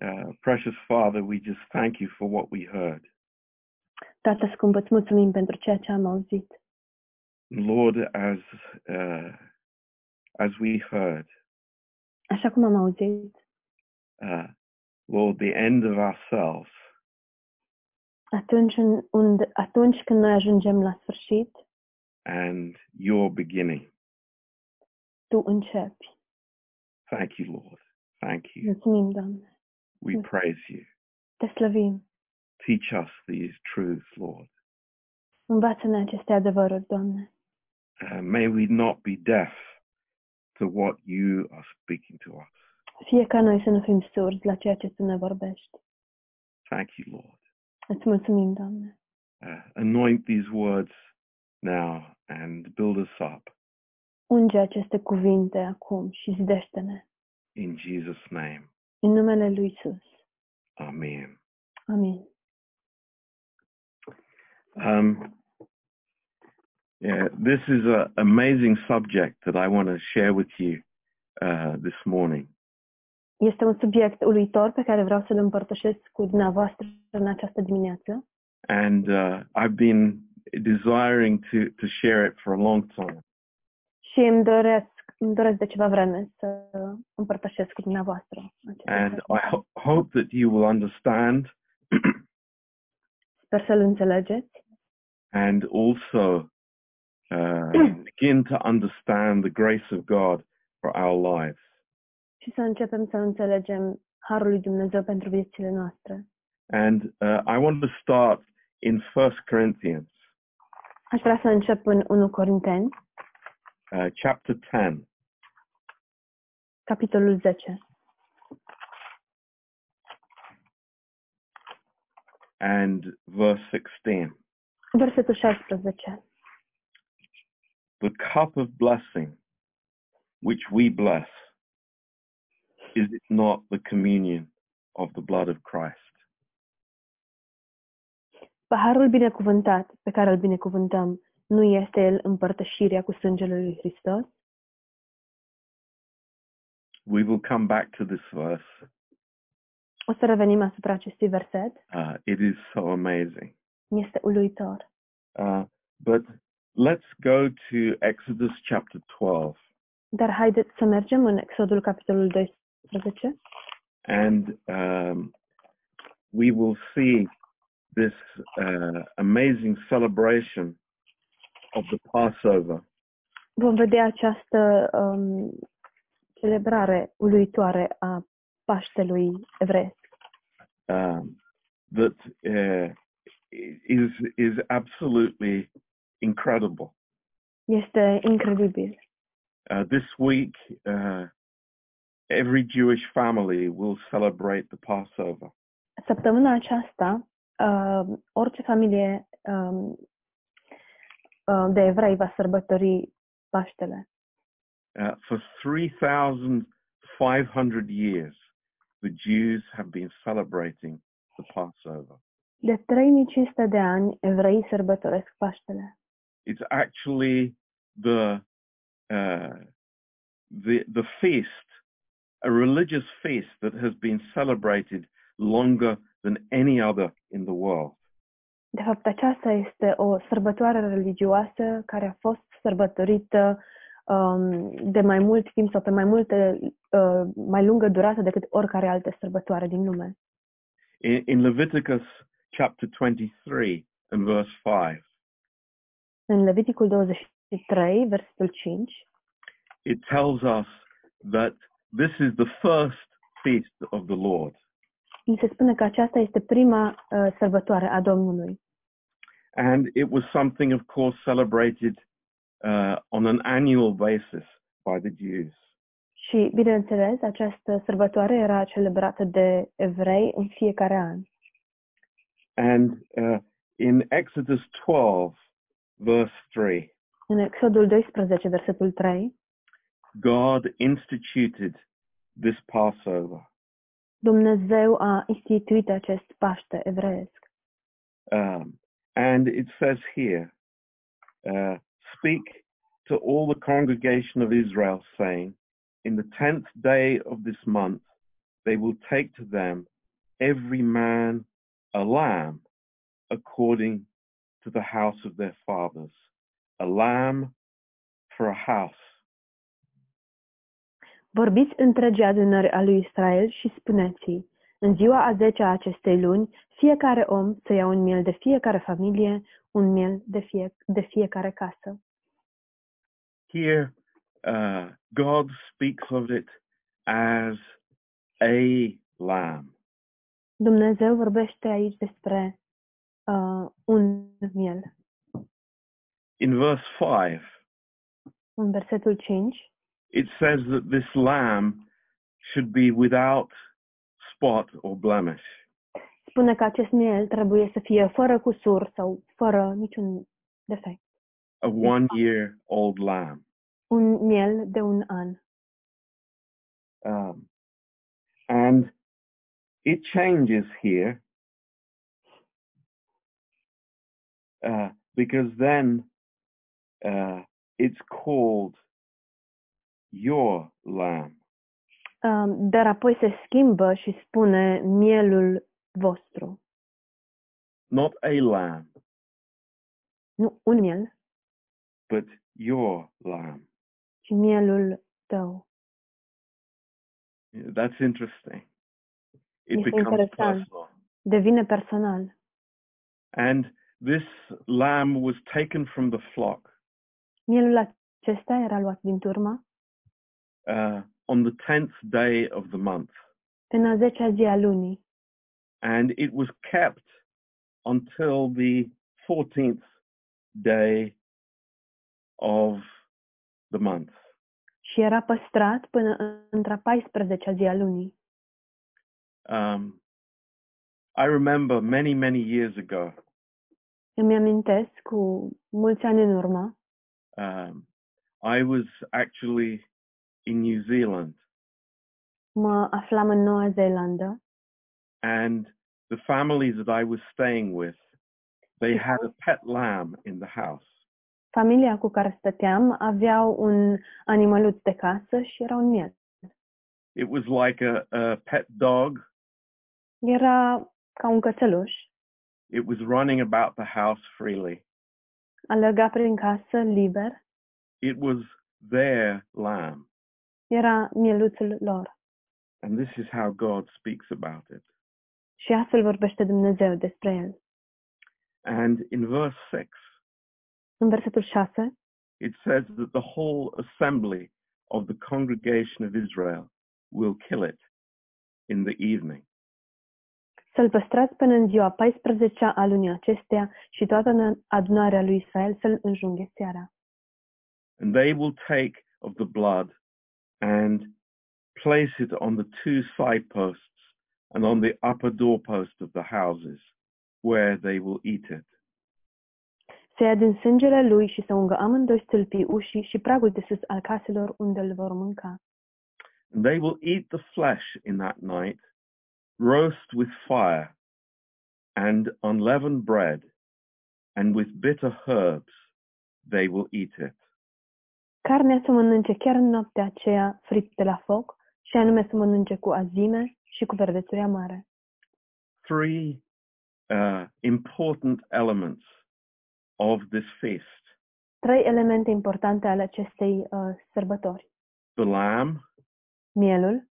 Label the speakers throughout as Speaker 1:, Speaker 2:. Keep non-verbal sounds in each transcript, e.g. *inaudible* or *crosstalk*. Speaker 1: Uh, precious Father, we just thank you for what we heard.
Speaker 2: Tată scump, îți mulțumim pentru ceea ce am auzit.
Speaker 1: Lord, as uh, as we heard,
Speaker 2: Așa cum am auzit,
Speaker 1: uh, Lord, the end of ourselves
Speaker 2: atunci, în, und, atunci când noi ajungem la sfârșit,
Speaker 1: and your beginning.
Speaker 2: Tu începi.
Speaker 1: Thank you, Lord. Thank you.
Speaker 2: Mulțumim, Doamne.
Speaker 1: We praise you.
Speaker 2: Te slăvim.
Speaker 1: Teach us these truths, Lord.
Speaker 2: Învață-ne aceste adevăruri, Doamne.
Speaker 1: Uh, may we not be deaf to what you are speaking to us.
Speaker 2: Fie ca noi să nu fim surzi la ceea ce Tu ne vorbești.
Speaker 1: Thank you, Lord.
Speaker 2: Îți mulțumim, Doamne.
Speaker 1: Uh, anoint these words now and build us up
Speaker 2: Unge aceste cuvinte acum și zidește-ne.
Speaker 1: in Jesus' name.
Speaker 2: În numele Lui Isus.
Speaker 1: Amen.
Speaker 2: Amin.
Speaker 1: Um, yeah, this is an amazing subject that I want to share with you uh, this morning.
Speaker 2: Este un subiect uluitor pe care vreau să-l împărtășesc cu dumneavoastră în această dimineață
Speaker 1: And uh, I've been desiring to, to share it for a long time.
Speaker 2: și îmi doresc, îmi doresc de ceva vreme să împărtășesc cu dumneavoastră. acest
Speaker 1: And
Speaker 2: lucru.
Speaker 1: I ho- hope that you will understand
Speaker 2: Sper să-l înțelegeți
Speaker 1: and also uh, begin to understand the grace of God for our lives.
Speaker 2: și să începem să înțelegem Harul lui Dumnezeu pentru viețile noastre.
Speaker 1: And uh, I want to start in 1 Corinthians
Speaker 2: Aș vrea să încep în 1 Corinteni,
Speaker 1: uh, chapter 10.
Speaker 2: capitolul 10.
Speaker 1: and verse 16.
Speaker 2: Versetul 16.
Speaker 1: The cup of blessing which we bless, is it not the communion of the blood of Christ?
Speaker 2: Paharul binecuvântat pe care îl binecuvântăm nu este el împărtășirea cu sângele lui Hristos?
Speaker 1: We will come back to this verse.
Speaker 2: O să revenim asupra acestui verset.
Speaker 1: Uh, it is so amazing.
Speaker 2: Este uluitor.
Speaker 1: Uh, but let's go to Exodus chapter 12
Speaker 2: Dar haideți să mergem în Exodul capitolul 12
Speaker 1: and um, we will see this uh, amazing celebration of the Passover
Speaker 2: vom vedea această um, celebrare uluitoare a Paștelui evresc,
Speaker 1: um, that uh, is is absolutely incredible.
Speaker 2: este incredibil.
Speaker 1: Uh, this week, uh, every Jewish family will celebrate the Passover,
Speaker 2: Săptămâna aceasta, uh, orice familie um, uh, de evrei va sărbători Paștele.
Speaker 1: uh, for three thousand five hundred years. The Jews have been celebrating the Passover.
Speaker 2: De 3500 de ani, evreii sărbătoresc Paștele.
Speaker 1: It's actually the uh, the the feast, a religious feast that has been celebrated longer than any other in the world.
Speaker 2: De fapt, aceasta este o sărbătoare religioasă care a fost sărbătorită um, de mai mult timp sau pe mai multe, uh, mai lungă durată decât oricare altă sărbătoare din lume.
Speaker 1: In, in Leviticus chapter 23 and verse 5,
Speaker 2: În Leviticul 23, versetul 5,
Speaker 1: it tells us that this is the first feast of the Lord,
Speaker 2: ni se spune că aceasta este prima uh, sărbătoare a Domnului.
Speaker 1: and it was something, of course, celebrated uh, on an annual basis by the Jews.
Speaker 2: Și, bineînțeles, această sărbătoare era celebrată de evrei în fiecare an.
Speaker 1: And uh, in Exodus 12, verse 3,
Speaker 2: În Exodul 12, versetul 3,
Speaker 1: God instituted this Passover.
Speaker 2: Dumnezeu a instituit acest Paște evreiesc.
Speaker 1: Um, and it says here, uh, speak to all the congregation of Israel, saying, In the tenth day of this month, they will take to them every man a lamb according to the house of their fathers, a lamb for a house.
Speaker 2: Vorbiți întregi adunări a lui Israel și spuneți-i, în ziua a zecea a acestei luni, fiecare om să ia un miel de fiecare familie, un miel de, fie, de fiecare casă.
Speaker 1: Here, uh, God speaks of it as a lamb.
Speaker 2: Dumnezeu vorbește aici despre uh, un miel.
Speaker 1: In verse 5,
Speaker 2: În versetul 5
Speaker 1: it says that this lamb should be without spot or blemish.
Speaker 2: spune că acest miel trebuie să fie fără cusur sau fără niciun defect.
Speaker 1: a one year old lamb.
Speaker 2: Un miel de un an.
Speaker 1: Um, and it changes here uh, because then uh, it's called your lamb.
Speaker 2: Um, Dar apoi se schimbă și spune mielul vostru.
Speaker 1: Not a lamb,
Speaker 2: Nu un miel,
Speaker 1: but your lamb.
Speaker 2: ci mielul tău.
Speaker 1: That's interesting. It
Speaker 2: Yes,
Speaker 1: becomes
Speaker 2: interesting.
Speaker 1: personal.
Speaker 2: Devine personal.
Speaker 1: And this lamb was taken from the flock
Speaker 2: Mielul acesta era luat din turma
Speaker 1: uh, on the 10th day of the month.
Speaker 2: în a zecea zi a lunii
Speaker 1: and it was kept until the 14th day of the month.
Speaker 2: și era păstrat până în- într-a 14-a zi a lunii.
Speaker 1: Um, I remember many, many years ago,
Speaker 2: Îmi amintesc cu mulți ani în urmă,
Speaker 1: um, I was actually in New Zealand
Speaker 2: mă aflam în Noua Zeelandă
Speaker 1: and the family that I was staying with, they had a pet lamb in the house.
Speaker 2: Familia cu care stăteam aveau un animăluț de casă și era un miel.
Speaker 1: It was like a, a pet dog.
Speaker 2: Era ca un cățeluș,
Speaker 1: It was running about the house freely.
Speaker 2: alerga prin casă liber,
Speaker 1: It was their lamb.
Speaker 2: era mieluțul lor.
Speaker 1: And this is how God speaks about it.
Speaker 2: Și astfel vorbește Dumnezeu despre el.
Speaker 1: And in verse 6,
Speaker 2: În versetul 6
Speaker 1: it says that the whole assembly of the congregation of Israel will kill it in the evening.
Speaker 2: Să-l păstrați până în ziua 14 a lunii acesteia și toată adunarea lui Israel să-l înjunghe seara.
Speaker 1: And they will take of the blood and place it on the two side posts and on the upper doorpost of the houses where they will eat it.
Speaker 2: Să ia din sângele lui și să ungă amândoi stâlpii ușii și pragul de sus al caselor unde îl vor mânca.
Speaker 1: And they will eat the flesh in that night, roast with fire, and unleavened bread, and with bitter herbs they will eat it.
Speaker 2: Carnea să mănânce chiar în noaptea aceea fripte la foc și anume să mănânce cu azime și cu verdețuri amare.
Speaker 1: Three uh, important elements of this feast
Speaker 2: Trei elemente importante ale acestei uh, sărbători.
Speaker 1: the lamb,
Speaker 2: Mielul,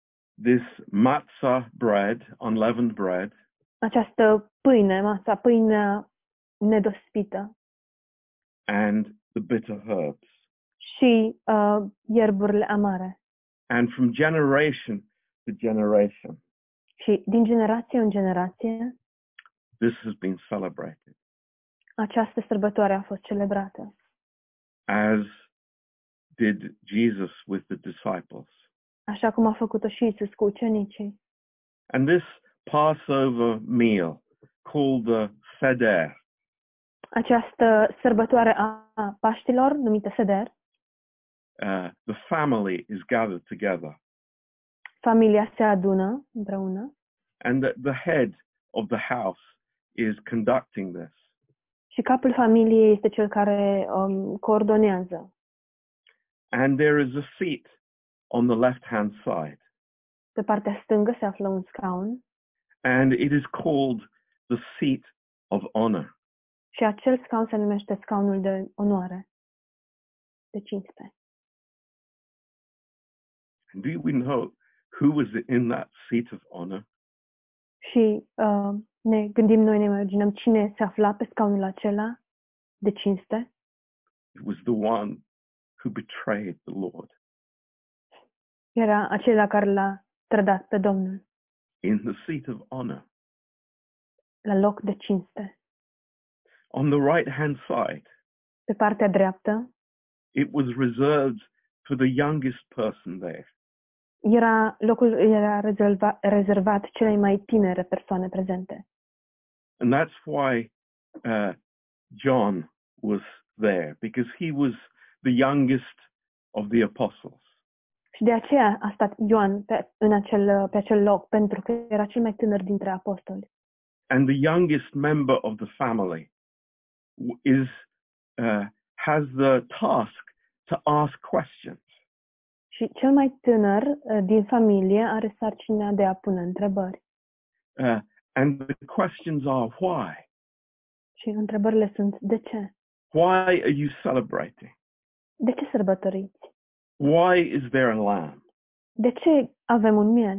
Speaker 1: this matzah bread, unleavened bread,
Speaker 2: această pâine, masa, pâinea nedospită
Speaker 1: and the bitter herbs.
Speaker 2: și uh, ierburile amare.
Speaker 1: And from generation to generation,
Speaker 2: Și din generație în generație,
Speaker 1: this has been celebrated.
Speaker 2: această sărbătoare a fost celebrată,
Speaker 1: as did Jesus with the disciples.
Speaker 2: așa cum a făcut-o și Isus cu ucenicii.
Speaker 1: And this Passover meal called the Seder
Speaker 2: Această sărbătoare a a Paștilor, numită Seder,
Speaker 1: uh, the family is gathered together.
Speaker 2: familia se adună împreună
Speaker 1: And the, the head of the house is conducting this.
Speaker 2: Și capul familiei este cel care um, coordonează.
Speaker 1: And there is a seat on the left hand side.
Speaker 2: Pe partea stângă se află un scaun
Speaker 1: and it is called the seat of honor.
Speaker 2: și acel scaun se numește scaunul de onoare, de cinste.
Speaker 1: Do we know who was in that seat of honor?
Speaker 2: Și uh, ne gândim noi, ne imaginăm cine se afla pe scaunul acela de cinste.
Speaker 1: It was the one who betrayed the Lord
Speaker 2: Era acela care l-a trădat pe Domnul
Speaker 1: in the seat of honor.
Speaker 2: la loc de cinste.
Speaker 1: On the right hand side,
Speaker 2: Pe partea dreaptă
Speaker 1: it was reserved for the youngest person there.
Speaker 2: era locul era rezerva, rezervat celei mai tinere persoane prezente.
Speaker 1: And that's why uh, John was there, because he was the youngest of the apostles.
Speaker 2: Și de aceea a stat Ioan pe, în acel, pe acel loc, pentru că era cel mai tânăr dintre apostoli.
Speaker 1: And the youngest member of the family w- is, uh, has the task to ask questions.
Speaker 2: Și cel mai tânăr uh, din familie are sarcina de a pune întrebări.
Speaker 1: Uh, and the questions are why?
Speaker 2: Și întrebările sunt de ce?
Speaker 1: Why are you celebrating?
Speaker 2: De ce sărbătoriți?
Speaker 1: Why is there a lamb?
Speaker 2: De ce avem un miel?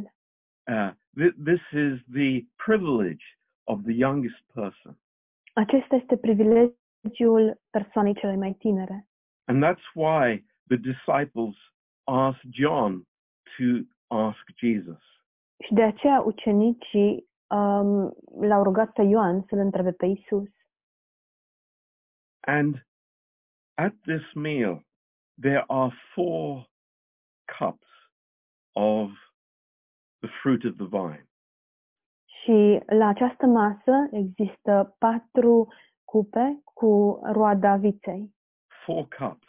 Speaker 1: Uh, th- this is the privilege of the youngest person.
Speaker 2: Acesta este privilegiul persoanei cele mai tinere.
Speaker 1: And that's why the disciples asked John to ask Jesus.
Speaker 2: Și de aceea ucenicii um, l-au rugat pe Ioan să-l întrebe pe Isus.
Speaker 1: And at this meal, there are four cups of the fruit of the vine.
Speaker 2: Și la această masă există patru cupe cu roada viței.
Speaker 1: Four cups.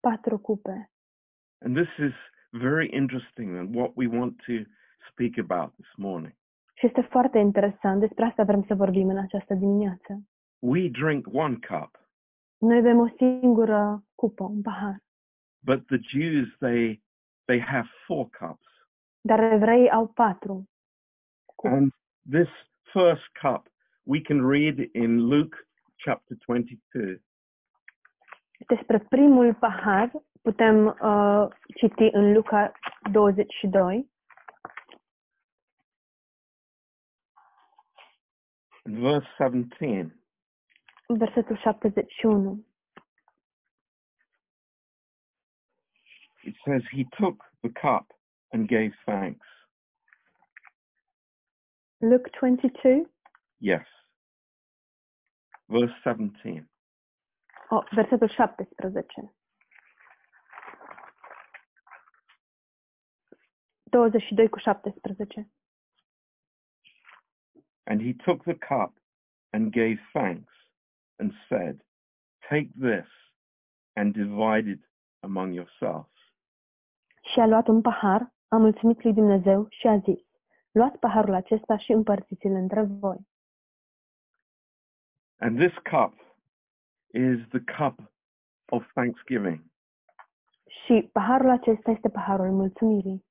Speaker 2: Patru cupe.
Speaker 1: And this is very interesting and what we want to speak about this morning.
Speaker 2: Și este foarte interesant, despre asta vrem să vorbim în această dimineață.
Speaker 1: We drink one cup,
Speaker 2: Noi bem o singură cupă, un pahar,
Speaker 1: but the Jews, they, they have four cups.
Speaker 2: dar evreii au patru. Cool.
Speaker 1: And this first cup we can read in Luke chapter 22.
Speaker 2: Despre primul pahar putem uh, citi în Luca 22,
Speaker 1: And verse 17.
Speaker 2: versetul 71.
Speaker 1: It says, He took the cup and gave thanks.
Speaker 2: Luke 22,
Speaker 1: Yes. Verse 17.
Speaker 2: oh, versetul 17. 22 cu 17.
Speaker 1: And he took the cup and gave thanks and said, Take this and divide it among yourselves.
Speaker 2: Și a luat un pahar, a mulțumit lui Dumnezeu și a zis, luați paharul acesta și împărțiți-l între voi.
Speaker 1: And this cup is the cup of thanksgiving.
Speaker 2: Și paharul acesta este paharul mulțumirii.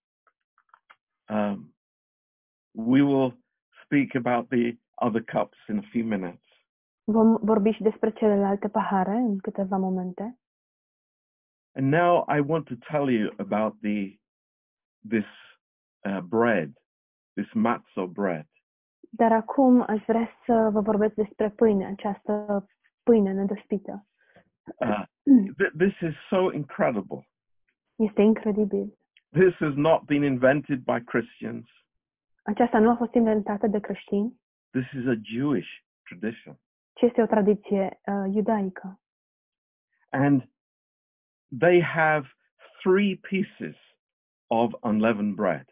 Speaker 1: Um, we will speak about the other cups in a few minutes.
Speaker 2: Vom vorbi și despre celelalte pahare în câteva momente.
Speaker 1: And now I want to tell you about the this uh, bread, this matzo bread.
Speaker 2: Dar acum aș vrea să vă vorbesc despre pâine, această pâine nedospită. *clears throat*
Speaker 1: Uh, th- this is so incredible.
Speaker 2: Este incredibil.
Speaker 1: This has not been invented by Christians.
Speaker 2: Aceasta nu a fost inventată de creștini,
Speaker 1: This is a Jewish tradition,
Speaker 2: ci este o tradiție uh, iudaică.
Speaker 1: and they have three pieces of unleavened bread.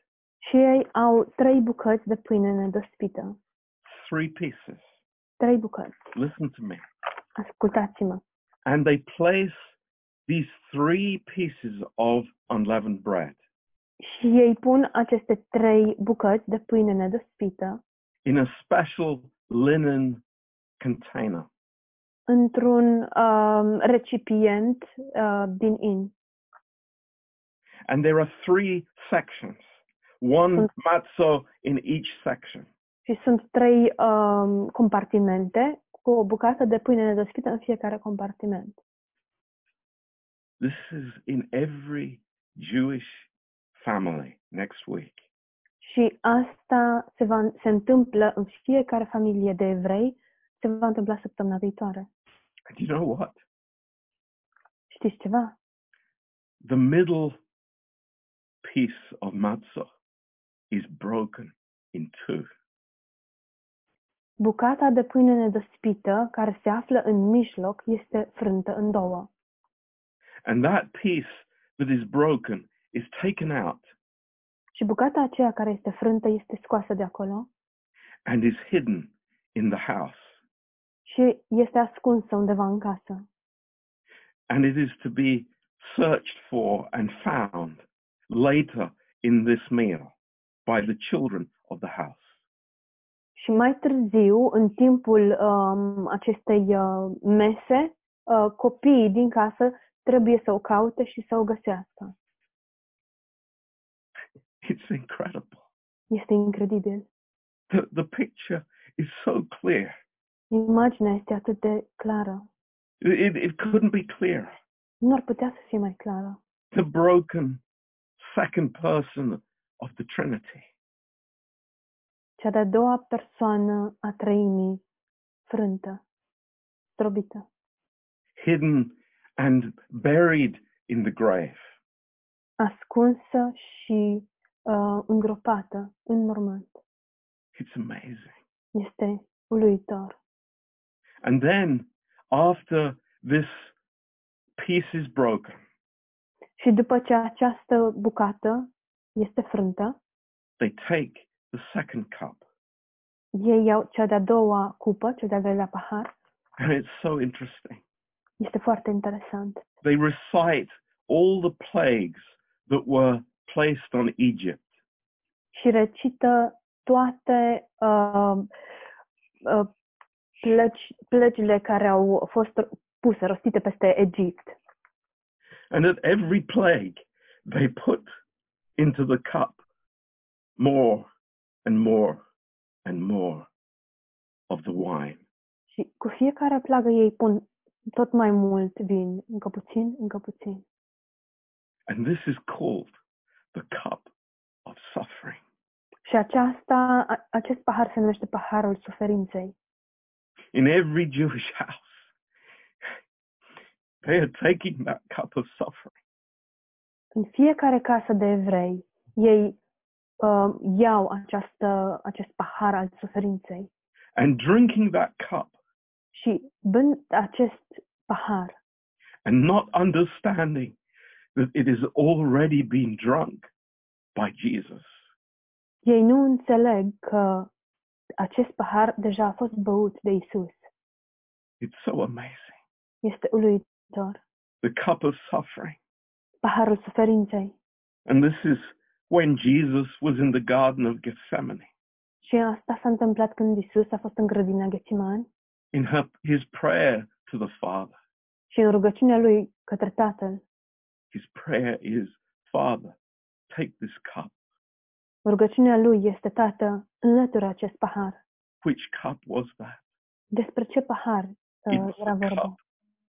Speaker 2: Și ei au trei bucăți de pâine nedospită.
Speaker 1: Three pieces.
Speaker 2: Trei bucăți.
Speaker 1: Listen to me.
Speaker 2: Ascultați-mă.
Speaker 1: and they place these three pieces of unleavened bread
Speaker 2: Și ei pun aceste trei bucăți de pâine nedospită
Speaker 1: in a special linen container.
Speaker 2: într-un um, recipient uh, din in.
Speaker 1: And there are three sections. one matzo in each section.
Speaker 2: Și sunt trei um, compartimente cu o bucată de pâine nedeschită în fiecare compartiment.
Speaker 1: This is in every Jewish family next week.
Speaker 2: Și asta se, va, se întâmplă în fiecare familie de evrei, se va întâmpla săptămâna viitoare.
Speaker 1: And you know what?
Speaker 2: Știți ceva?
Speaker 1: The middle piece of matzo is broken in two.
Speaker 2: Bucata de pâine nedăspită, care se află în mijloc, este frântă în două.
Speaker 1: And that piece that is broken is taken out
Speaker 2: Și bucata aceea care este frântă este scoasă de acolo
Speaker 1: and is hidden in the house.
Speaker 2: și este ascunsă undeva în casă.
Speaker 1: And it is to be searched for and found later in this meal by the children of the house.
Speaker 2: Și mai târziu, în timpul um, acestei uh, mese, uh, copiii din casă trebuie să o caute și să o găsească.
Speaker 1: It's incredible.
Speaker 2: Este incredibil.
Speaker 1: The, the picture is so clear.
Speaker 2: Imaginea este atât de clară.
Speaker 1: It, it couldn't be clearer.
Speaker 2: Nu ar putea să fie mai clară.
Speaker 1: The broken second person of the Trinity.
Speaker 2: Cea de-a doua persoană a trăimii, frântă, strobită,
Speaker 1: hidden and buried in the grave.
Speaker 2: ascunsă și uh, îngropată în mormânt.
Speaker 1: It's amazing.
Speaker 2: Este uluitor.
Speaker 1: And then after this piece is broken,
Speaker 2: Și după ce această bucată este frântă,
Speaker 1: they take the second cup.
Speaker 2: ei iau cea de-a doua cupă, cea de-a doilea pahar.
Speaker 1: And it's so interesting.
Speaker 2: Este foarte interesant.
Speaker 1: They recite all the plagues that were placed on Egypt.
Speaker 2: Și recită toate uh, uh, plăci, plăcile care au fost puse, rostite peste Egipt.
Speaker 1: And at every plague, they put into the cup more and more and more of the wine.
Speaker 2: Și cu fiecare plagă ei pun tot mai mult vin, încă puțin, încă puțin.
Speaker 1: And this is called the cup of suffering.
Speaker 2: Și aceasta, a- acest pahar se numește paharul suferinței.
Speaker 1: In every Jewish *laughs* house, they are taking that cup of suffering
Speaker 2: În fiecare casă de evrei, ei uh, iau această, acest pahar al suferinței
Speaker 1: and drinking that cup
Speaker 2: și bând acest pahar
Speaker 1: and not understanding that it has already been drunk by Jesus.
Speaker 2: ei nu înțeleg că acest pahar deja a fost băut de Isus.
Speaker 1: It's so amazing.
Speaker 2: Este uluitor.
Speaker 1: The cup of suffering.
Speaker 2: Paharul suferinței.
Speaker 1: And this is when Jesus was in the Garden of Gethsemane
Speaker 2: Și asta s-a întâmplat când Isus a fost în grădina Ghețimani
Speaker 1: in her, his prayer to the Father.
Speaker 2: Și în rugăciunea lui către Tatăl,
Speaker 1: His prayer is, Father, take this cup.
Speaker 2: rugăciunea lui este Tată, înlătură acest pahar.
Speaker 1: Which cup was that?
Speaker 2: Despre ce pahar uh,
Speaker 1: It's
Speaker 2: era
Speaker 1: the
Speaker 2: vorba?
Speaker 1: cup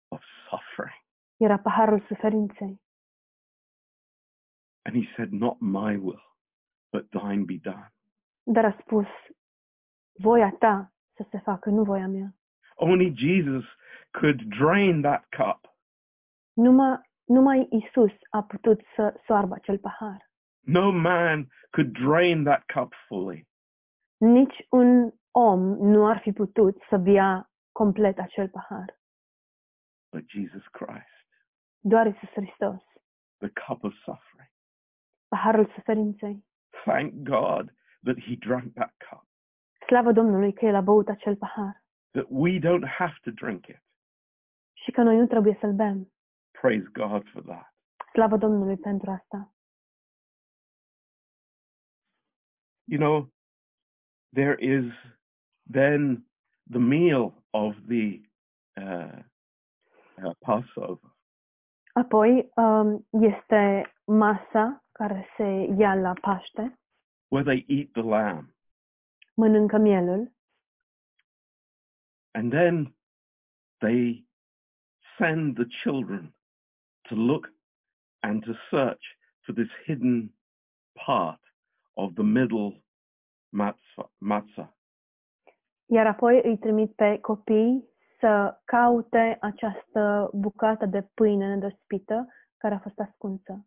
Speaker 1: of suffering.
Speaker 2: Era paharul suferinței.
Speaker 1: And he said, Not my will, but thine be done.
Speaker 2: Dar a spus, voia ta să se facă, nu voia mea.
Speaker 1: Only Jesus could drain that cup.
Speaker 2: Numai, numai Isus a putut să soarbă acel pahar.
Speaker 1: No man could drain that cup fully.
Speaker 2: Nici un om nu ar fi putut să bea complet acel pahar.
Speaker 1: But Jesus Christ,
Speaker 2: Doar Isus Hristos,
Speaker 1: the cup of suffering.
Speaker 2: paharul suferinței.
Speaker 1: Thank God that he drank that cup,
Speaker 2: Slavă Domnului că El a băut acel pahar
Speaker 1: that we don't have to drink it.
Speaker 2: și că noi nu trebuie să-l bem.
Speaker 1: Praise God for that.
Speaker 2: Slavă Domnului pentru asta.
Speaker 1: You know, there is then the meal of the uh, uh, Passover.
Speaker 2: Apoi um, este masa care se ia la Paște
Speaker 1: where they eat the lamb.
Speaker 2: mănâncă mielul
Speaker 1: And then they send the children to look and to search for this hidden part of the middle matzah. matzah.
Speaker 2: Iar apoi îi trimit pe copii să caute această bucată de pâine nedăspită care a fost ascunsă.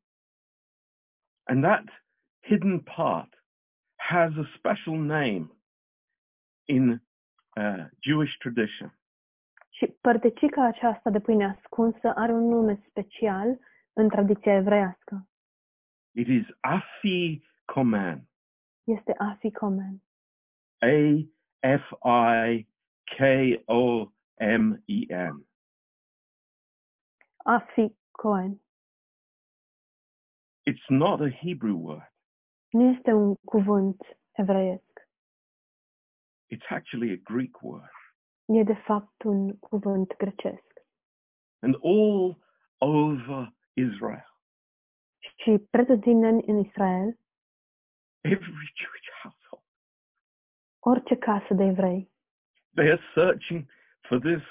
Speaker 1: And that hidden part has a special name in uh, Jewish tradition.
Speaker 2: Și părticica aceasta de pâine ascunsă are un nume special în tradiția evreiască.
Speaker 1: It is Afi Koman,
Speaker 2: Este afikomen.
Speaker 1: A F I K O M E N.
Speaker 2: Afikoen.
Speaker 1: It's not a Hebrew word.
Speaker 2: Nu este un cuvânt evreiesc.
Speaker 1: It's actually a Greek word.
Speaker 2: E de fapt un cuvânt grecesc.
Speaker 1: And all over Israel,
Speaker 2: Și pretutindeni în Israel,
Speaker 1: every *laughs* Jewish household,
Speaker 2: orice casă de evrei,
Speaker 1: they are searching for this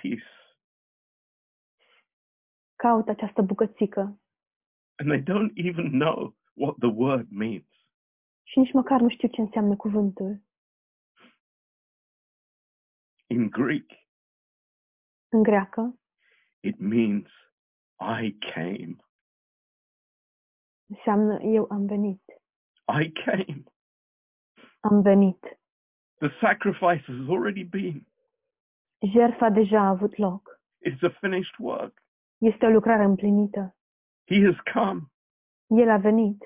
Speaker 1: piece
Speaker 2: caută această bucățică
Speaker 1: and they don't even know what the word means.
Speaker 2: și nici măcar nu știu ce înseamnă cuvântul.
Speaker 1: In Greek,
Speaker 2: În greacă
Speaker 1: it means I came.
Speaker 2: înseamnă eu am venit.
Speaker 1: I came.
Speaker 2: Am venit.
Speaker 1: The sacrifice has already been.
Speaker 2: Jertfa deja a avut loc.
Speaker 1: It's a finished work.
Speaker 2: Este o lucrare împlinită.
Speaker 1: He has come.
Speaker 2: El a venit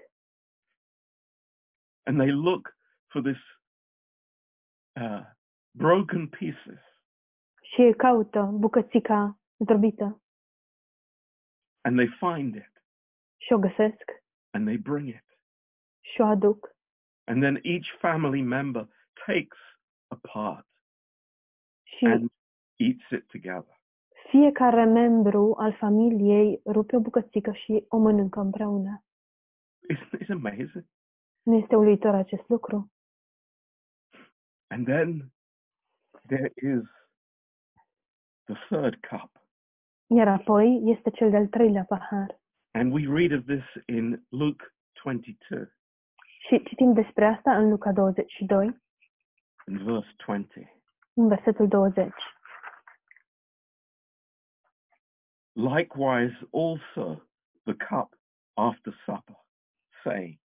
Speaker 1: And they look for this uh, broken pieces.
Speaker 2: și ei caută bucățica zdrobită
Speaker 1: and they find it
Speaker 2: și o găsesc
Speaker 1: and they bring it.
Speaker 2: și o aduc.
Speaker 1: And then each family member takes a part
Speaker 2: Și
Speaker 1: and eats it together.
Speaker 2: fiecare membru al familiei rupe o bucățică și o mănâncă împreună.
Speaker 1: Isn't this amazing?
Speaker 2: Nu este uluitor acest lucru?
Speaker 1: And then there is the third cup.
Speaker 2: Iar apoi este cel de-al treilea pahar.
Speaker 1: And we read of this in Luke 22
Speaker 2: Și citim despre asta în Luca 22,
Speaker 1: in verse 20.
Speaker 2: în versetul 20.
Speaker 1: Likewise also the cup after supper, saying,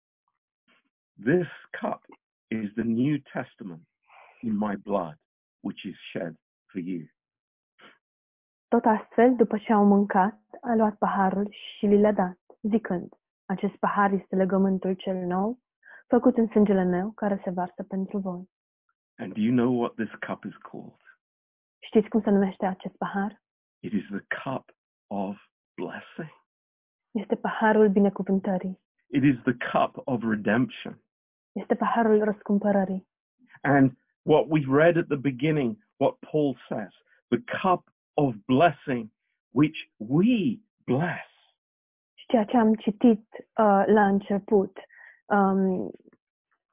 Speaker 1: This cup is the New Testament in my blood, which is shed for you.
Speaker 2: Tot astfel, după ce au mâncat, a luat paharul și li l-a dat, zicând, acest pahar este legământul cel nou, făcut în sângele meu, care se varsă pentru voi.
Speaker 1: And do you know what this cup is called?
Speaker 2: Știți cum se numește acest pahar?
Speaker 1: It is the cup of blessing.
Speaker 2: Este paharul binecuvântării.
Speaker 1: It is the cup of redemption.
Speaker 2: Este paharul răscumpărării.
Speaker 1: And what we read at the beginning, what Paul says, the cup of blessing, which we bless.
Speaker 2: Și ceea ce am citit uh, la început um,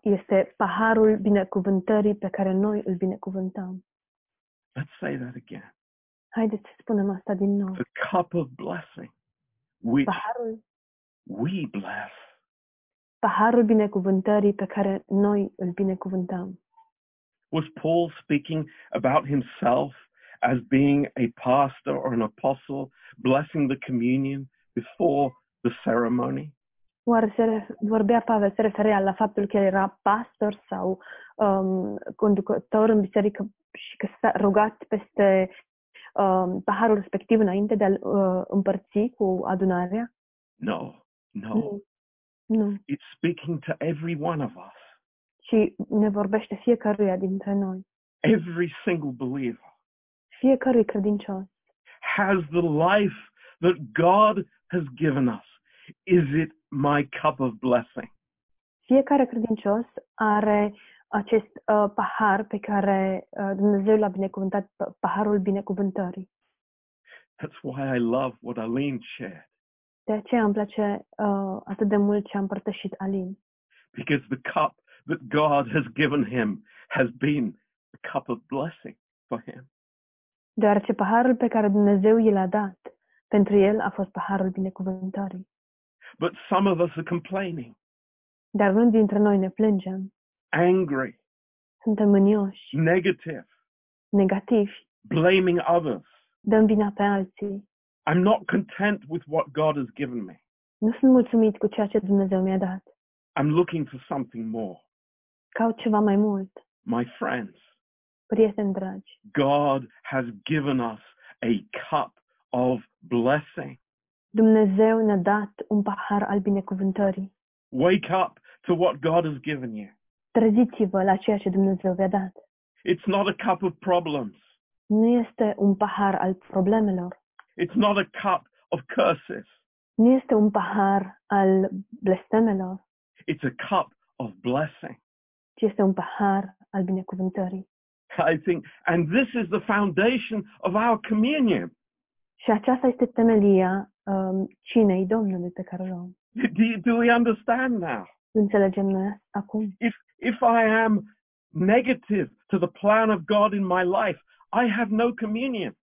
Speaker 2: este paharul binecuvântării pe care noi îl binecuvântăm.
Speaker 1: Let's say that again.
Speaker 2: Haideți să spunem asta din nou.
Speaker 1: The cup of blessing, which
Speaker 2: Paharul,
Speaker 1: we bless.
Speaker 2: paharul binecuvântării pe care noi îl binecuvântăm.
Speaker 1: Was Paul speaking about himself as being a pastor or an apostle, blessing the communion before the ceremony?
Speaker 2: Oare se ref- vorbea Pavel, se referea la faptul că el era pastor sau um, conducător în biserică și că s-a rugat peste um, paharul respectiv înainte de a-l uh, împărți cu adunarea?
Speaker 1: No, no.
Speaker 2: Nu. Nu.
Speaker 1: It's speaking to every one of us,
Speaker 2: Ci ne vorbește fiecăruia dintre noi.
Speaker 1: every single believer.
Speaker 2: Fiecărui credincios
Speaker 1: has the life that God has given us. Is it my cup of blessing?
Speaker 2: Fiecare credincios are acest uh, pahar pe care uh, Dumnezeu l-a binecuvântat, p- paharul binecuvântării.
Speaker 1: That's why I love what Aline shared.
Speaker 2: De aceea îmi place uh, atât de mult ce a împărtășit Alin.
Speaker 1: because the cup that God has given him has been a cup of blessing for him.
Speaker 2: deoarece paharul pe care Dumnezeu i l-a dat pentru el a fost paharul binecuvântării.
Speaker 1: But some of us are complaining,
Speaker 2: Dar unii dintre noi ne plângem,
Speaker 1: angry,
Speaker 2: suntem mânioși,
Speaker 1: negative,
Speaker 2: negativi,
Speaker 1: blaming others.
Speaker 2: dăm vina pe alții.
Speaker 1: I'm not content with what God has given me.
Speaker 2: Nu sunt mulțumit cu ceea ce Dumnezeu mi-a dat.
Speaker 1: I'm looking for something more.
Speaker 2: Caut ceva mai mult.
Speaker 1: My friends,
Speaker 2: Prieteni dragi,
Speaker 1: God has given us a cup of blessing.
Speaker 2: Dumnezeu ne-a dat un pahar al binecuvântării.
Speaker 1: Wake up to what God has given you.
Speaker 2: Treziți-vă la ceea ce Dumnezeu vi-a dat.
Speaker 1: It's not a cup of problems.
Speaker 2: Nu este un pahar al problemelor.
Speaker 1: It's not a cup of curses.
Speaker 2: Nu este un pahar al blestemelor,
Speaker 1: It's a cup of blessing.
Speaker 2: ci este un pahar al binecuvântării.
Speaker 1: I think, and this is the foundation of our communion.
Speaker 2: Și aceasta este temelia um, cinei Domnului pe care o luăm.
Speaker 1: Do, you, do we understand now?
Speaker 2: Înțelegem noi acum.
Speaker 1: If, if I am negative to the plan of God in my life, I have no communion.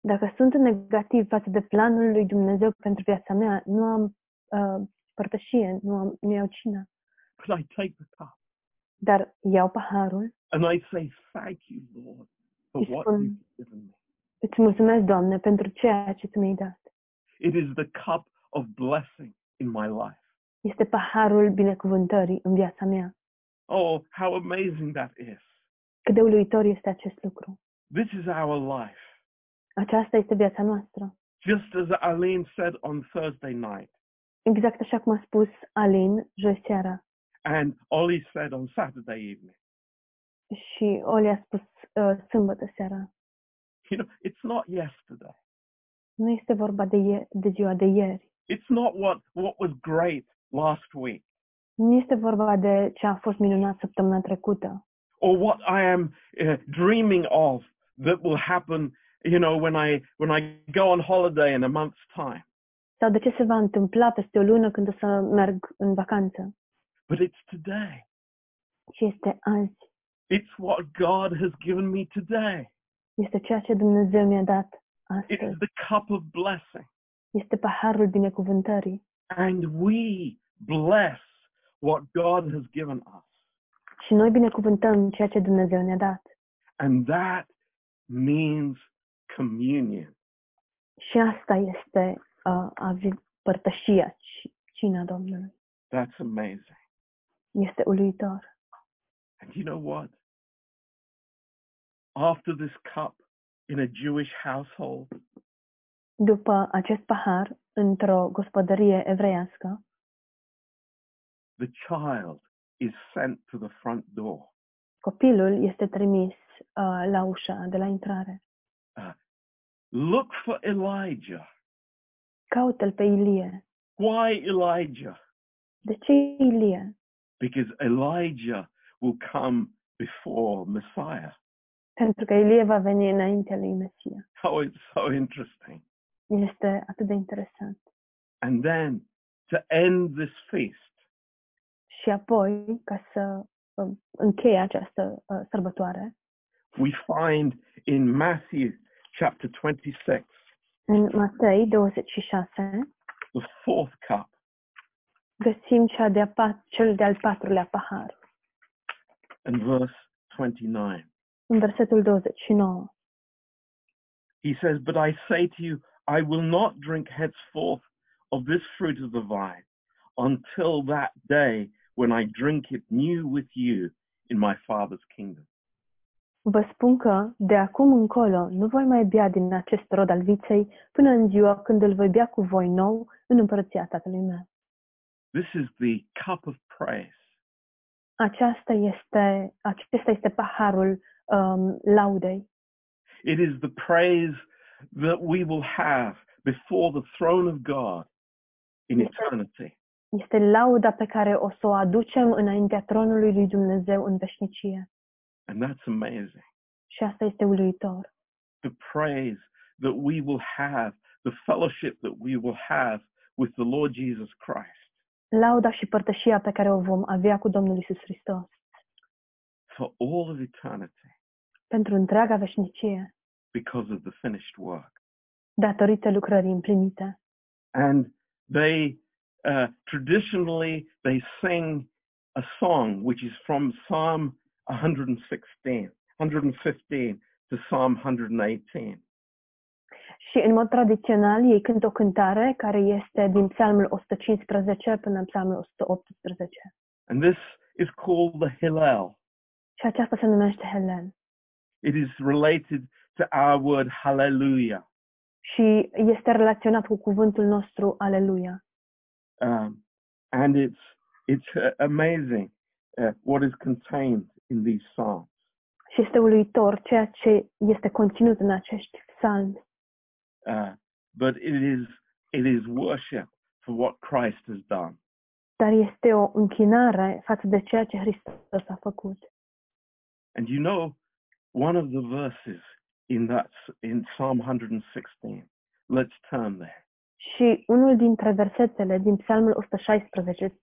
Speaker 2: Dacă sunt negativ față de planul lui Dumnezeu pentru viața mea, nu am uh, părtășie, nu, am, nu iau cina,
Speaker 1: But I take the cup
Speaker 2: dar iau paharul.
Speaker 1: and I say, Thank you, Lord, for
Speaker 2: It's
Speaker 1: what
Speaker 2: fun.
Speaker 1: you've given me.
Speaker 2: Îți mulțumesc, Doamne, pentru ceea ce Tu mi-ai dat.
Speaker 1: It is the cup of blessing in my life.
Speaker 2: Este paharul binecuvântării în viața mea.
Speaker 1: Oh, how amazing that is.
Speaker 2: Cât de uluitor este acest lucru.
Speaker 1: This is our life.
Speaker 2: Aceasta este viața noastră.
Speaker 1: Just as Aline said on Thursday night
Speaker 2: Exact așa cum a spus Alin joi seara
Speaker 1: and Ollie said on Saturday evening.
Speaker 2: și Oli a spus uh, sâmbătă seara.
Speaker 1: You know, it's not yesterday.
Speaker 2: Nu este vorba de, ie- de ziua de ieri.
Speaker 1: It's not what, what was great last week
Speaker 2: Nu este vorba de ce a fost minunat săptămâna trecută
Speaker 1: or what I am uh, dreaming of that will happen, you know, when I, when I go on holiday in a month's time.
Speaker 2: sau de ce se va întâmpla peste o lună când o să merg în vacanță.
Speaker 1: But it's today.
Speaker 2: Și este azi.
Speaker 1: It's what God has given me today.
Speaker 2: Este ceea ce Dumnezeu mi-a dat
Speaker 1: It's
Speaker 2: astăzi.
Speaker 1: the cup of blessing.
Speaker 2: Este paharul binecuvântării.
Speaker 1: And we bless what God has given us.
Speaker 2: Și noi binecuvântăm ceea ce Dumnezeu ne-a dat.
Speaker 1: And that means communion.
Speaker 2: Și asta este uh, a vi- părtășia și cina Domnului.
Speaker 1: That's amazing.
Speaker 2: Este uluitor.
Speaker 1: And you know what? After this cup in a Jewish household,
Speaker 2: După acest pahar, într-o gospodărie evreiască,
Speaker 1: the child is sent to the front door.
Speaker 2: copilul este trimis uh, la ușa de la intrare.
Speaker 1: Look for Elijah.
Speaker 2: Caută-l pe Ilie.
Speaker 1: Why Elijah?
Speaker 2: De ce Ilie?
Speaker 1: Because Elijah will come before Messiah. *laughs*
Speaker 2: Pentru că Ilie va veni înaintea lui Mesia.
Speaker 1: Oh, it's so interesting.
Speaker 2: Este atât de interesant.
Speaker 1: And then to end this feast,
Speaker 2: Și apoi, ca să uh, încheie această uh, sărbătoare,
Speaker 1: we find in Matthew chapter 26,
Speaker 2: în Matei 26,
Speaker 1: the fourth cup.
Speaker 2: găsim cea de-a pat, cel de-al patrulea pahar,
Speaker 1: and verse 29.
Speaker 2: în versetul 29.
Speaker 1: He says, But I say to you, I will not drink henceforth of this fruit of the vine until that day when I drink it new with you in my Father's kingdom.
Speaker 2: Vă spun că, de acum încolo, nu voi mai bea din acest rod al viței până în ziua când îl voi bea cu voi nou în împărăția tatălui meu.
Speaker 1: This is the cup of praise.
Speaker 2: Aceasta este, acesta este paharul um, laudei.
Speaker 1: It is the praise that we will have before the throne of God in
Speaker 2: Yes, sir.
Speaker 1: eternity.
Speaker 2: Este lauda pe care o să o aducem înaintea tronului lui Dumnezeu în veșnicie.
Speaker 1: And that's amazing.
Speaker 2: Și asta este uluitor.
Speaker 1: The praise that we will have, the fellowship that we will have with the Lord Jesus Christ.
Speaker 2: lauda și părtășia pe care o vom avea cu Domnul Isus Hristos
Speaker 1: for all of eternity
Speaker 2: pentru întreaga veșnicie,
Speaker 1: because of the finished work.
Speaker 2: datorită lucrării împlinite.
Speaker 1: And they uh, traditionally they sing a song which is from Psalm 116, 115 to Psalm 118.
Speaker 2: Și în mod tradițional ei cântă o cântare care este din Psalmul 115 până în Psalmul 118.
Speaker 1: And this is called the Hillel.
Speaker 2: Și aceasta se numește Helen.
Speaker 1: It is related to our word hallelujah.
Speaker 2: Și este relaționat cu cuvântul nostru Aleluia.
Speaker 1: Um, and it's, it's uh, amazing uh, what is contained in these psalms.
Speaker 2: Și este uluitor ceea ce este conținut în acești psalmi.
Speaker 1: Uh, but it is, it is worship for what Christ has done.
Speaker 2: Dar este o închinare față de ceea ce Hristos a făcut.
Speaker 1: And you know, one of the verses in that in Psalm 116. Let's turn there.
Speaker 2: Și unul dintre versetele din Psalmul 116,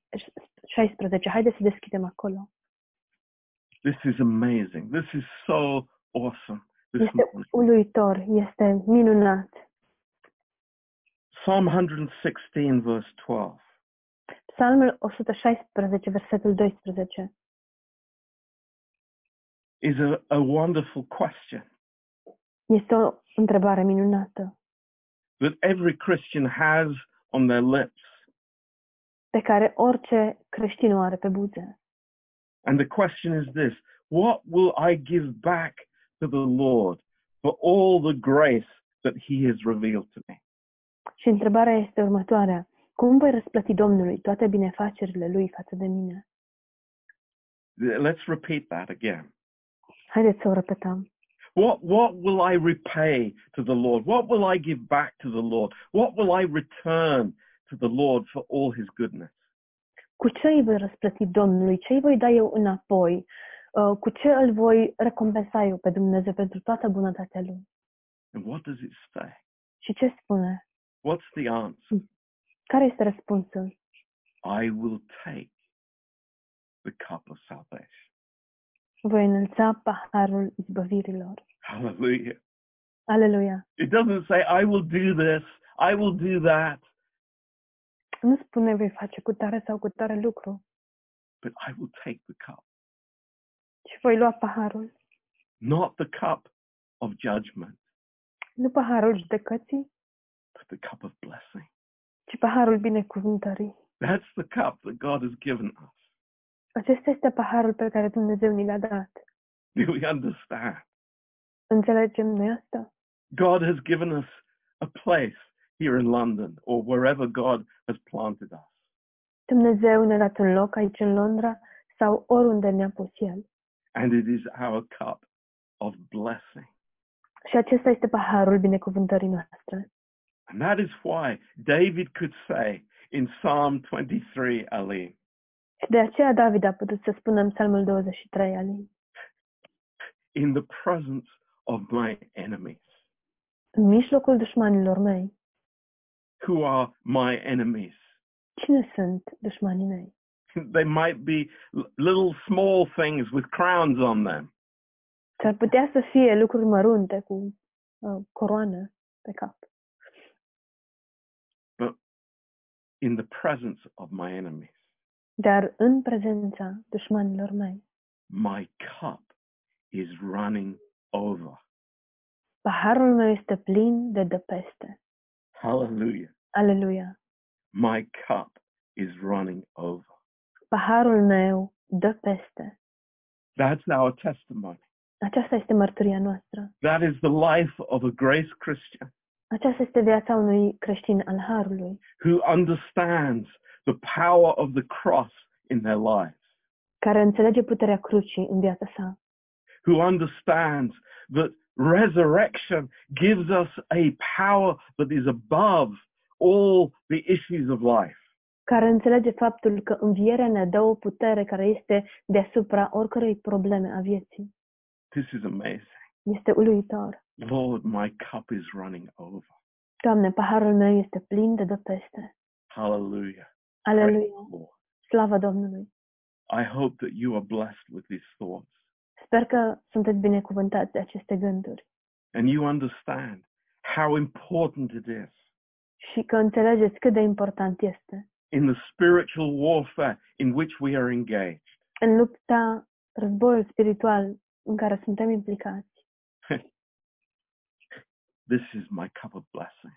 Speaker 2: 16, haideți să deschidem acolo.
Speaker 1: This is amazing. This is so awesome.
Speaker 2: *laughs*
Speaker 1: This
Speaker 2: Este
Speaker 1: morning.
Speaker 2: uluitor, este minunat.
Speaker 1: Psalm 116, verse 12.
Speaker 2: Psalmul 116, versetul 12,
Speaker 1: is a, a wonderful question
Speaker 2: este o întrebare minunată
Speaker 1: that every Christian has on their lips.
Speaker 2: pe care orice creștin o are pe buze.
Speaker 1: And the question is this What will I give back to the Lord for all the grace that He has revealed to me?
Speaker 2: Și întrebarea este următoarea. Cum voi răsplăti Domnului toate binefacerile Lui față de mine?
Speaker 1: Th- Let's repeat that again.
Speaker 2: Haideți să o repetăm.
Speaker 1: What, what will I repay to the Lord? What will I give back to the Lord? What will I return to the Lord for all His goodness?
Speaker 2: Cu ce îi voi răsplăti Domnului? Ce îi voi da eu înapoi? Uh, Cu ce îl voi recompensa eu pe Dumnezeu pentru toată bunătatea Lui?
Speaker 1: And what does it say?
Speaker 2: Și ce spune?
Speaker 1: What's the answer?
Speaker 2: Care este răspunsul?
Speaker 1: I will take the cup of salvation.
Speaker 2: Voi înălța paharul izbăvirilor.
Speaker 1: Hallelujah.
Speaker 2: Aleluia!
Speaker 1: It doesn't say, I will do this, I will do that,
Speaker 2: Nu spune vei face cu tare sau cu tare lucru,
Speaker 1: but I will take the cup.
Speaker 2: ci voi lua paharul.
Speaker 1: Not the cup of judgment,
Speaker 2: Nu paharul judecății,
Speaker 1: but the cup of blessing.
Speaker 2: ci paharul binecuvântării.
Speaker 1: That's the cup that God has given us.
Speaker 2: Acesta este paharul pe care Dumnezeu ni l-a dat.
Speaker 1: Do we understand?
Speaker 2: Înțelegem noi asta?
Speaker 1: God has given us a place here in London or wherever God has planted us.
Speaker 2: Dumnezeu ne-a dat un loc aici în Londra sau oriunde ne-a pus El.
Speaker 1: And it is our cup of blessing.
Speaker 2: Și acesta este paharul binecuvântării noastre.
Speaker 1: And that is why David could say in Psalm 23, Aline,
Speaker 2: Și de aceea David a putut să spună în Psalmul 23 al ei,
Speaker 1: in the presence of my enemies,
Speaker 2: În mijlocul dușmanilor mei,
Speaker 1: who are my enemies. *laughs*
Speaker 2: cine sunt dușmanii mei?
Speaker 1: They might be l- little small things with crowns on them,
Speaker 2: S-ar putea să fie lucruri mărunte cu uh, coroană pe cap.
Speaker 1: but in the presence of my enemies,
Speaker 2: Dar în prezența dușmanilor mei,
Speaker 1: my cup is running over.
Speaker 2: paharul meu este plin de dăpeste.
Speaker 1: Hallelujah.
Speaker 2: Aleluia!
Speaker 1: My cup is running over.
Speaker 2: Paharul meu dă peste.
Speaker 1: That's our testimony.
Speaker 2: Aceasta este mărturia noastră.
Speaker 1: That is the life of a grace Christian
Speaker 2: Aceasta este viața unui creștin al harului,
Speaker 1: who understands the power of the cross in their lives,
Speaker 2: care înțelege puterea crucii în viața sa,
Speaker 1: who understands that resurrection gives us a power that is above all the issues of life.
Speaker 2: care înțelege faptul că învierea ne dă o putere care este deasupra oricărei probleme a vieții.
Speaker 1: This is amazing.
Speaker 2: Este uluitor.
Speaker 1: Lord, my cup is running over.
Speaker 2: Doamne, paharul meu este plin de dăpeste.
Speaker 1: Hallelujah.
Speaker 2: Aleluia!
Speaker 1: Lord.
Speaker 2: Slavă Domnului!
Speaker 1: I hope that you are blessed with these thoughts
Speaker 2: Sper că sunteți binecuvântați de aceste gânduri
Speaker 1: and you understand how important it is
Speaker 2: și că înțelegeți cât de important este
Speaker 1: in the spiritual warfare in which we are engaged
Speaker 2: în lupta, războiul spiritual în care suntem implicați.
Speaker 1: this is my cup of blessing.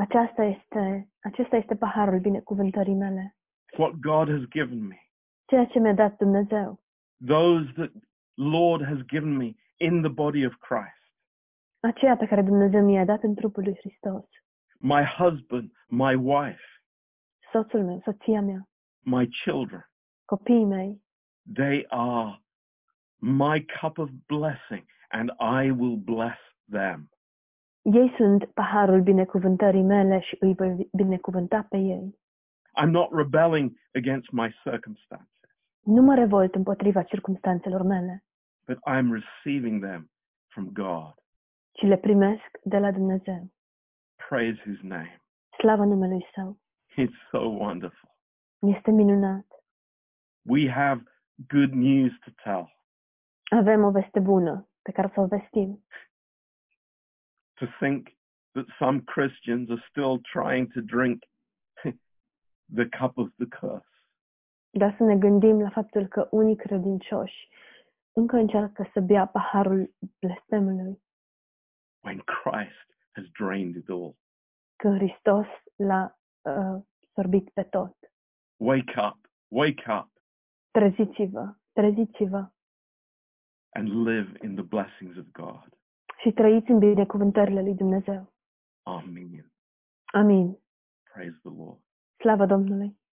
Speaker 2: Aceasta este, acesta este paharul binecuvântării mele,
Speaker 1: What God has given me,
Speaker 2: ceea ce mi-a dat Dumnezeu,
Speaker 1: those that Lord has given me in the body of Christ,
Speaker 2: aceea pe care Dumnezeu mi-a dat în trupul lui Hristos,
Speaker 1: my husband, my wife,
Speaker 2: soțul meu, soția mea,
Speaker 1: my children.
Speaker 2: copiii mei.
Speaker 1: They are my cup of blessing and I will bless them.
Speaker 2: Ei sunt paharul binecuvântării mele și îi voi binecuvânta pe ei.
Speaker 1: I'm not rebelling against my circumstances,
Speaker 2: Nu mă revolt împotriva circumstanțelor mele,
Speaker 1: but I'm receiving them from God.
Speaker 2: ci le primesc de la Dumnezeu.
Speaker 1: Praise his name.
Speaker 2: Slavă numelui Său!
Speaker 1: It's so wonderful.
Speaker 2: Este minunat!
Speaker 1: We have good news to tell.
Speaker 2: Avem o veste bună pe care să o vestim.
Speaker 1: to think that some Christians are still trying to drink *laughs* the cup of the curse.
Speaker 2: Dar să ne gândim la faptul că unii credincioși încă încearcă să bea paharul blestemului,
Speaker 1: when Christ has drained it all.
Speaker 2: că Hristos l-a uh, sorbit pe tot.
Speaker 1: Wake up, wake up,
Speaker 2: Treziți-vă, treziți-vă
Speaker 1: and live in the blessings of God.
Speaker 2: și trăiți în binecuvântările lui Dumnezeu.
Speaker 1: Amen.
Speaker 2: Amin.
Speaker 1: Praise the Lord.
Speaker 2: Slavă Domnului!